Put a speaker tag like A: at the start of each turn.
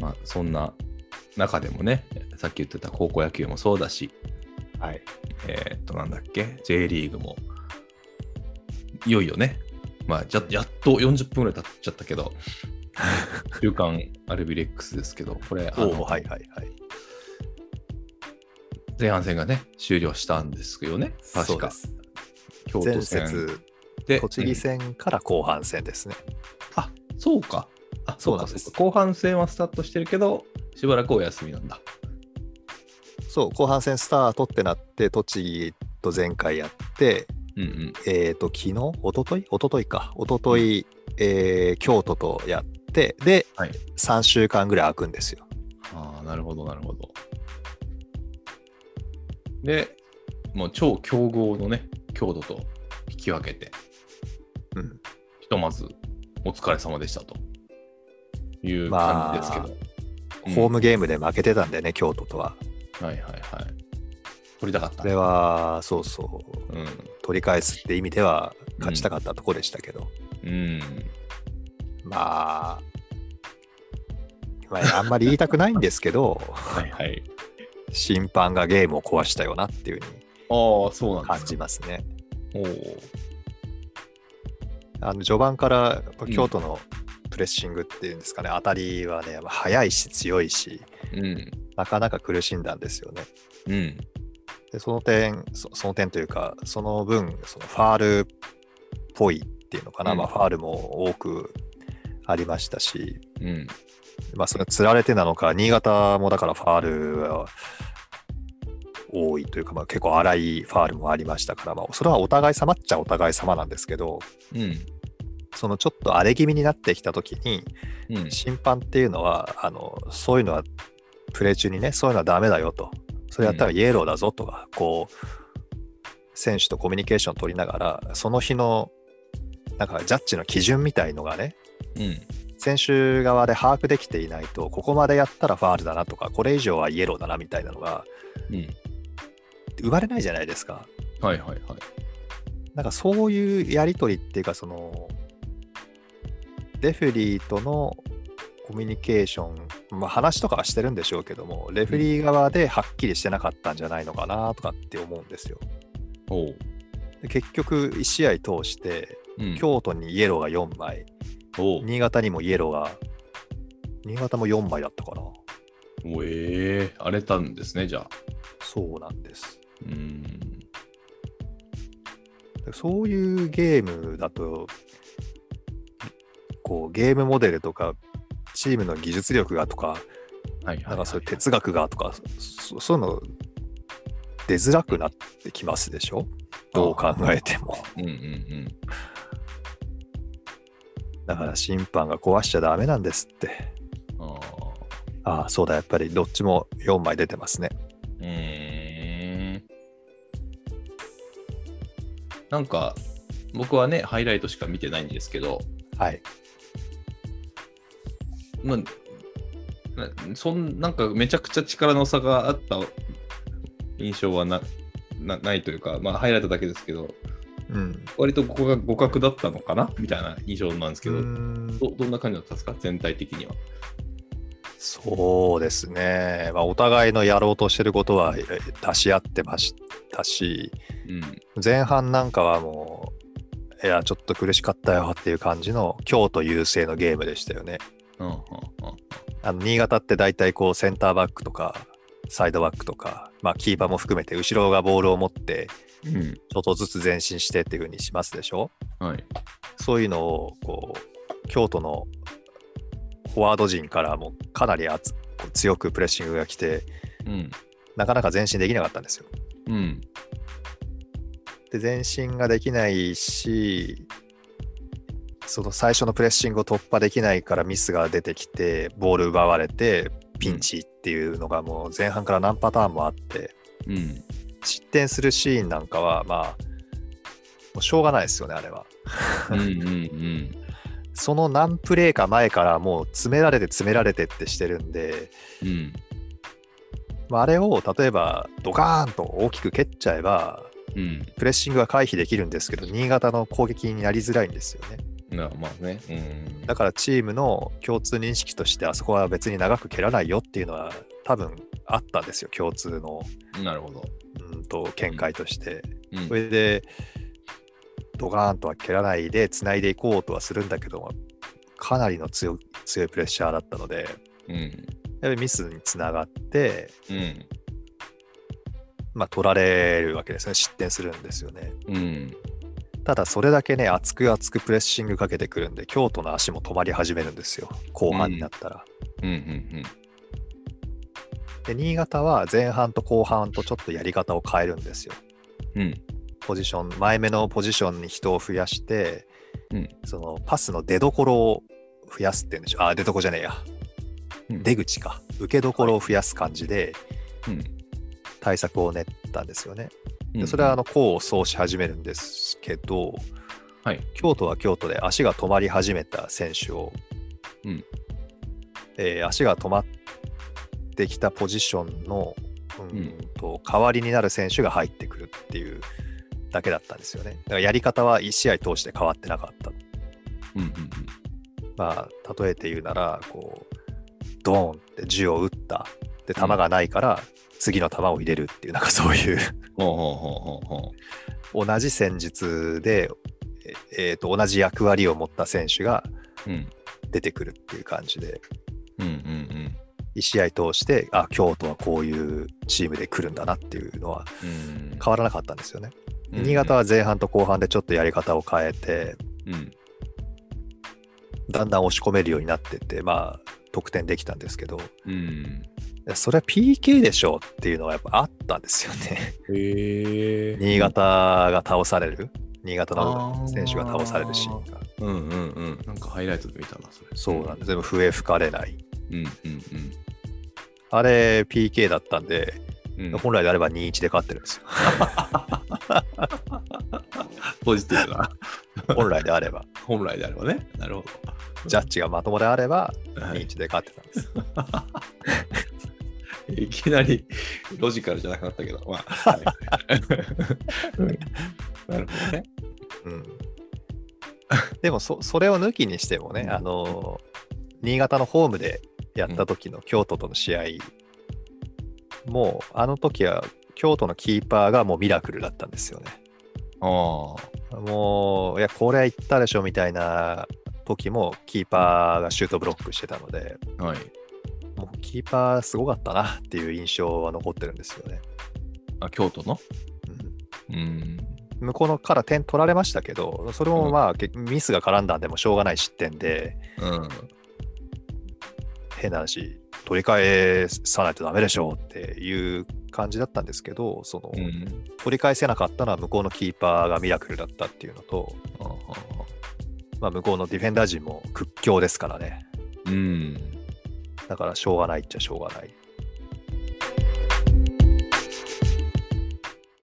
A: まあそんな中でもね、さっき言ってた高校野球もそうだし、
B: はい。
A: えーっと、なんだっけ、J リーグも、いよいよね、まあ、ややっと40分ぐらい経っちゃったけど、 週刊アルビレックスですけど、これ、あ
B: お
A: の
B: おはいはいはい。
A: 前半戦がね、終了したんですよね、確
B: そうで
A: か。
B: す。
A: 京
B: 前
A: 都戦
B: 節、
A: で
B: 栃木戦から後半戦ですね。
A: あそうか。あ
B: そうなんです
A: かか後半戦はスタートしてるけど、しばらくお休みなんだ。
B: そう、後半戦スタートってなって、栃木と前回やって、
A: うんうん。
B: えっ、と、昨日、一昨日一昨日か、一昨日、えー京都とやって、で、
A: はい
B: 3週間ぐらい空くんですよ。
A: ああ、なるほど、なるほど。で、もう超強豪のね、強度と引き分けて、
B: うん、
A: ひとまずお疲れ様でしたという感じですけど。うん
B: ホームゲームで負けてたんでね、京都とは。
A: はいはいはい。取りたかった。
B: これは、そうそう、
A: うん。
B: 取り返すって意味では、勝ちたかったとこでしたけど、
A: うん。
B: まあ、まあ、あんまり言いたくないんですけど、
A: はいはい。
B: 審判がゲームを壊したよなっていうふうに
A: ああ、そうなんで
B: 感
A: す
B: じ
A: か。
B: ますね。
A: おー
B: あの序盤からやっぱ
A: うん
B: 京都のプレッシングっていうんですかね、当たりはね、速いし強いし、
A: うん。
B: なかなか苦しんだんですよね。
A: うん。
B: でその点そ、その点というか、その分、そのファールっぽいっていうのかな、
A: うん
B: まあ、ファールも多くありましたし、
A: うん。
B: まあ、それはつられてなのか、新潟もだからファールは多いというか、まあ、結構荒いファールもありましたから、まあ、それはお互い様っちゃお互い様なんですけど、
A: うん。
B: そのちょっと荒れ気味になってきたときに、
A: うん。
B: 審判っていうのはあのそういうのはプレー中にねそういうのはダメだよとそれやったらイエローだぞとか、こう選手とコミュニケーション取りながらその日のなんかジャッジの基準みたいのがね
A: うん。
B: 選手側で把握できていないとここまでやったらファールだなとかこれ以上はイエローだなみたいなのが
A: うん。
B: 生まれないじゃないですか
A: はいはいはい。
B: なんかそういうやり取りっていうかそのレフェリーとのコミュニケーション、まあ、話とかはしてるんでしょうけどもレフェリー側ではっきりしてなかったんじゃないのかなとかって思うんですよ。
A: おう。
B: で結局1試合通して
A: うん、
B: 京都にイエローが4枚
A: おう
B: 新潟にもイエローが新潟も4枚だったかな
A: おええ荒れたんですね、じゃあ。
B: そうなんです。
A: うーん。
B: でそういうゲームだとこうゲームモデルとかチームの技術力がとか
A: はいはい、はい。
B: なんかそういう哲学がとか、そそういうの出づらくなってきますでしょどう考えても。
A: うんうんうん。
B: だから審判が壊しちゃダメなんですって。
A: ああ。
B: ああ、そうだ、やっぱりどっちも4枚出てますね。
A: うーん。なんか、僕はね、ハイライトしか見てないんですけど、
B: はい。
A: まあ、なそんなんかめちゃくちゃ力の差があった印象はななないというか、まあ、ハイライトだけですけど、
B: うん。
A: 割とここが互角だったのかなみたいな印象なんですけ
B: う
A: ど、
B: ーん
A: どどんな感じだったんですか、全体的には。
B: そうですね。まあ、お互いのやろうとしてることはえー出し合ってましたし、
A: うん。
B: 前半なんかはもう、いや、ちょっと苦しかったよっていう感じの京都優勢のゲームでしたよね。
A: うんうんうん
B: あの新潟って大体こうセンターバックとかサイドバックとか、まあ、キーパーも含めて後ろがボールを持って
A: うん。
B: ちょっとずつ前進してっていう風にしますでしょ
A: はい。
B: そういうのをこう京都のフォワード陣からもかなり圧こう強くプレッシングが来て
A: うん。
B: なかなか前進できなかったんですよ。
A: うん。
B: で前進ができないしその最初のプレッシングを突破できないからミスが出てきてボール奪われてピンチっていうのがもう前半から何パターンもあって
A: うん。
B: 失点するシーンなんかはまあもうしょうがないですよねあれは
A: うん。うん。
B: その何プレーか前からもう詰められて詰められてってしてるんで、
A: うん。
B: まあ、あれを例えばドカーンと大きく蹴っちゃえば
A: うん。
B: プレッシングは回避できるんですけど新潟の攻撃になりづらいんですよね
A: なまあね。うん。
B: だからチームの共通認識としてあそこは別に長く蹴らないよっていうのは多分あったんですよ共通の
A: なるほど。
B: うんと見解として。
A: うん
B: それでドガーンとは蹴らないで繋いでいこうとはするんだけどもかなりの強い強いプレッシャーだったので
A: うん。
B: やはりミスにつながって、
A: うん。
B: まあ、取られるわけですね失点するんですよね。
A: うん。
B: ただそれだけね熱く熱くプレッシングかけてくるんで京都の足も止まり始めるんですよ後半になったら。
A: うん。うん。
B: で新潟は前半と後半とちょっとやり方を変えるんですよ。
A: うん。
B: ポジション前目のポジションに人を増やして、
A: うん
B: そのパスの出どころを増やすっていうんでしょあ出どころじゃねえや
A: うん。
B: 出口か受けどころを増やす感じで
A: うん、
B: 対策を練ったんですよね。
A: う
B: で
A: ん。
B: それはあの功を奏し始めるんですけど、
A: はい
B: 京都は京都で足が止まり始めた選手を、
A: うん
B: えー足が止まってきたポジションのう
A: うん
B: んと代わりになる選手が入ってくるっていうだけだったんですよね。だからやり方は1試合通して変わってなかった。
A: うん。うん。
B: まあ、例えて言うならこうドーンって銃を撃ったで球がないから次の球を入れるっていうなんかそういう
A: うん。ほうほうほうほうほ
B: 同じ戦術で、ええーと同じ役割を持った選手が
A: う。うん。
B: 出てくるっていう感じで
A: うん。うん。
B: 1試合通してあ京都はこういうチームで来るんだなっていうのは
A: うん。
B: 変わらなかったんですよね。
A: うん
B: 新潟は前半と後半でちょっとやり方を変えて
A: うん。
B: だんだん押し込めるようになってってまあ得点できたんですけど
A: うん。
B: それは PK でしょうっていうのはやっぱあったんですよね。
A: へえ。
B: 新。潟が倒される新潟
A: あ
B: の
A: ー
B: 選手が倒されるシーンが
A: うんうんうん。なんかハイライトで見たな、それ。
B: そうなんです全部笛吹かれない
A: うんうん
B: あれ PK だったんで、
A: うん。うん、
B: 本来であれば2-1で勝ってるん ですよ。
A: ポジティブな。
B: 本来であれば、
A: 本来であればね。なるほ
B: ジャッジがまともであれば
A: ど。はい、
B: 2-1で勝ってたんです。
A: いきなりロジカルじゃなくなったけど、まあ。 はいうんなるほどね。
B: うん、でもそ、それを抜きにしてもね、あの新潟のホームでやった時の京都との試合、もうあの時は京都のキーパーがもうミラクルだったんですよね。
A: あ
B: もう、いや、これは行ったでしょみたいな時もキーパーがシュートブロックしてたので、
A: あ。はい。
B: もうキーパーすごかったなっていう印象は残ってるんですよね。
A: あ、京都の
B: うん
A: うん。
B: 向こうのから点取られましたけど、それもまあ、けミスが絡んだんでもうしょうがない失点で、
A: うん。
B: 変な話、取り返さないとダメでしょうっていう感じだったんですけど、その、
A: うん。
B: 取り返せなかったのは向こうのキーパーがミラクルだったっていうのと、
A: ああ。
B: まあ、向こうのディフェンダー陣も屈強ですからね。
A: うん。
B: だからしょうがないっちゃしょうがない。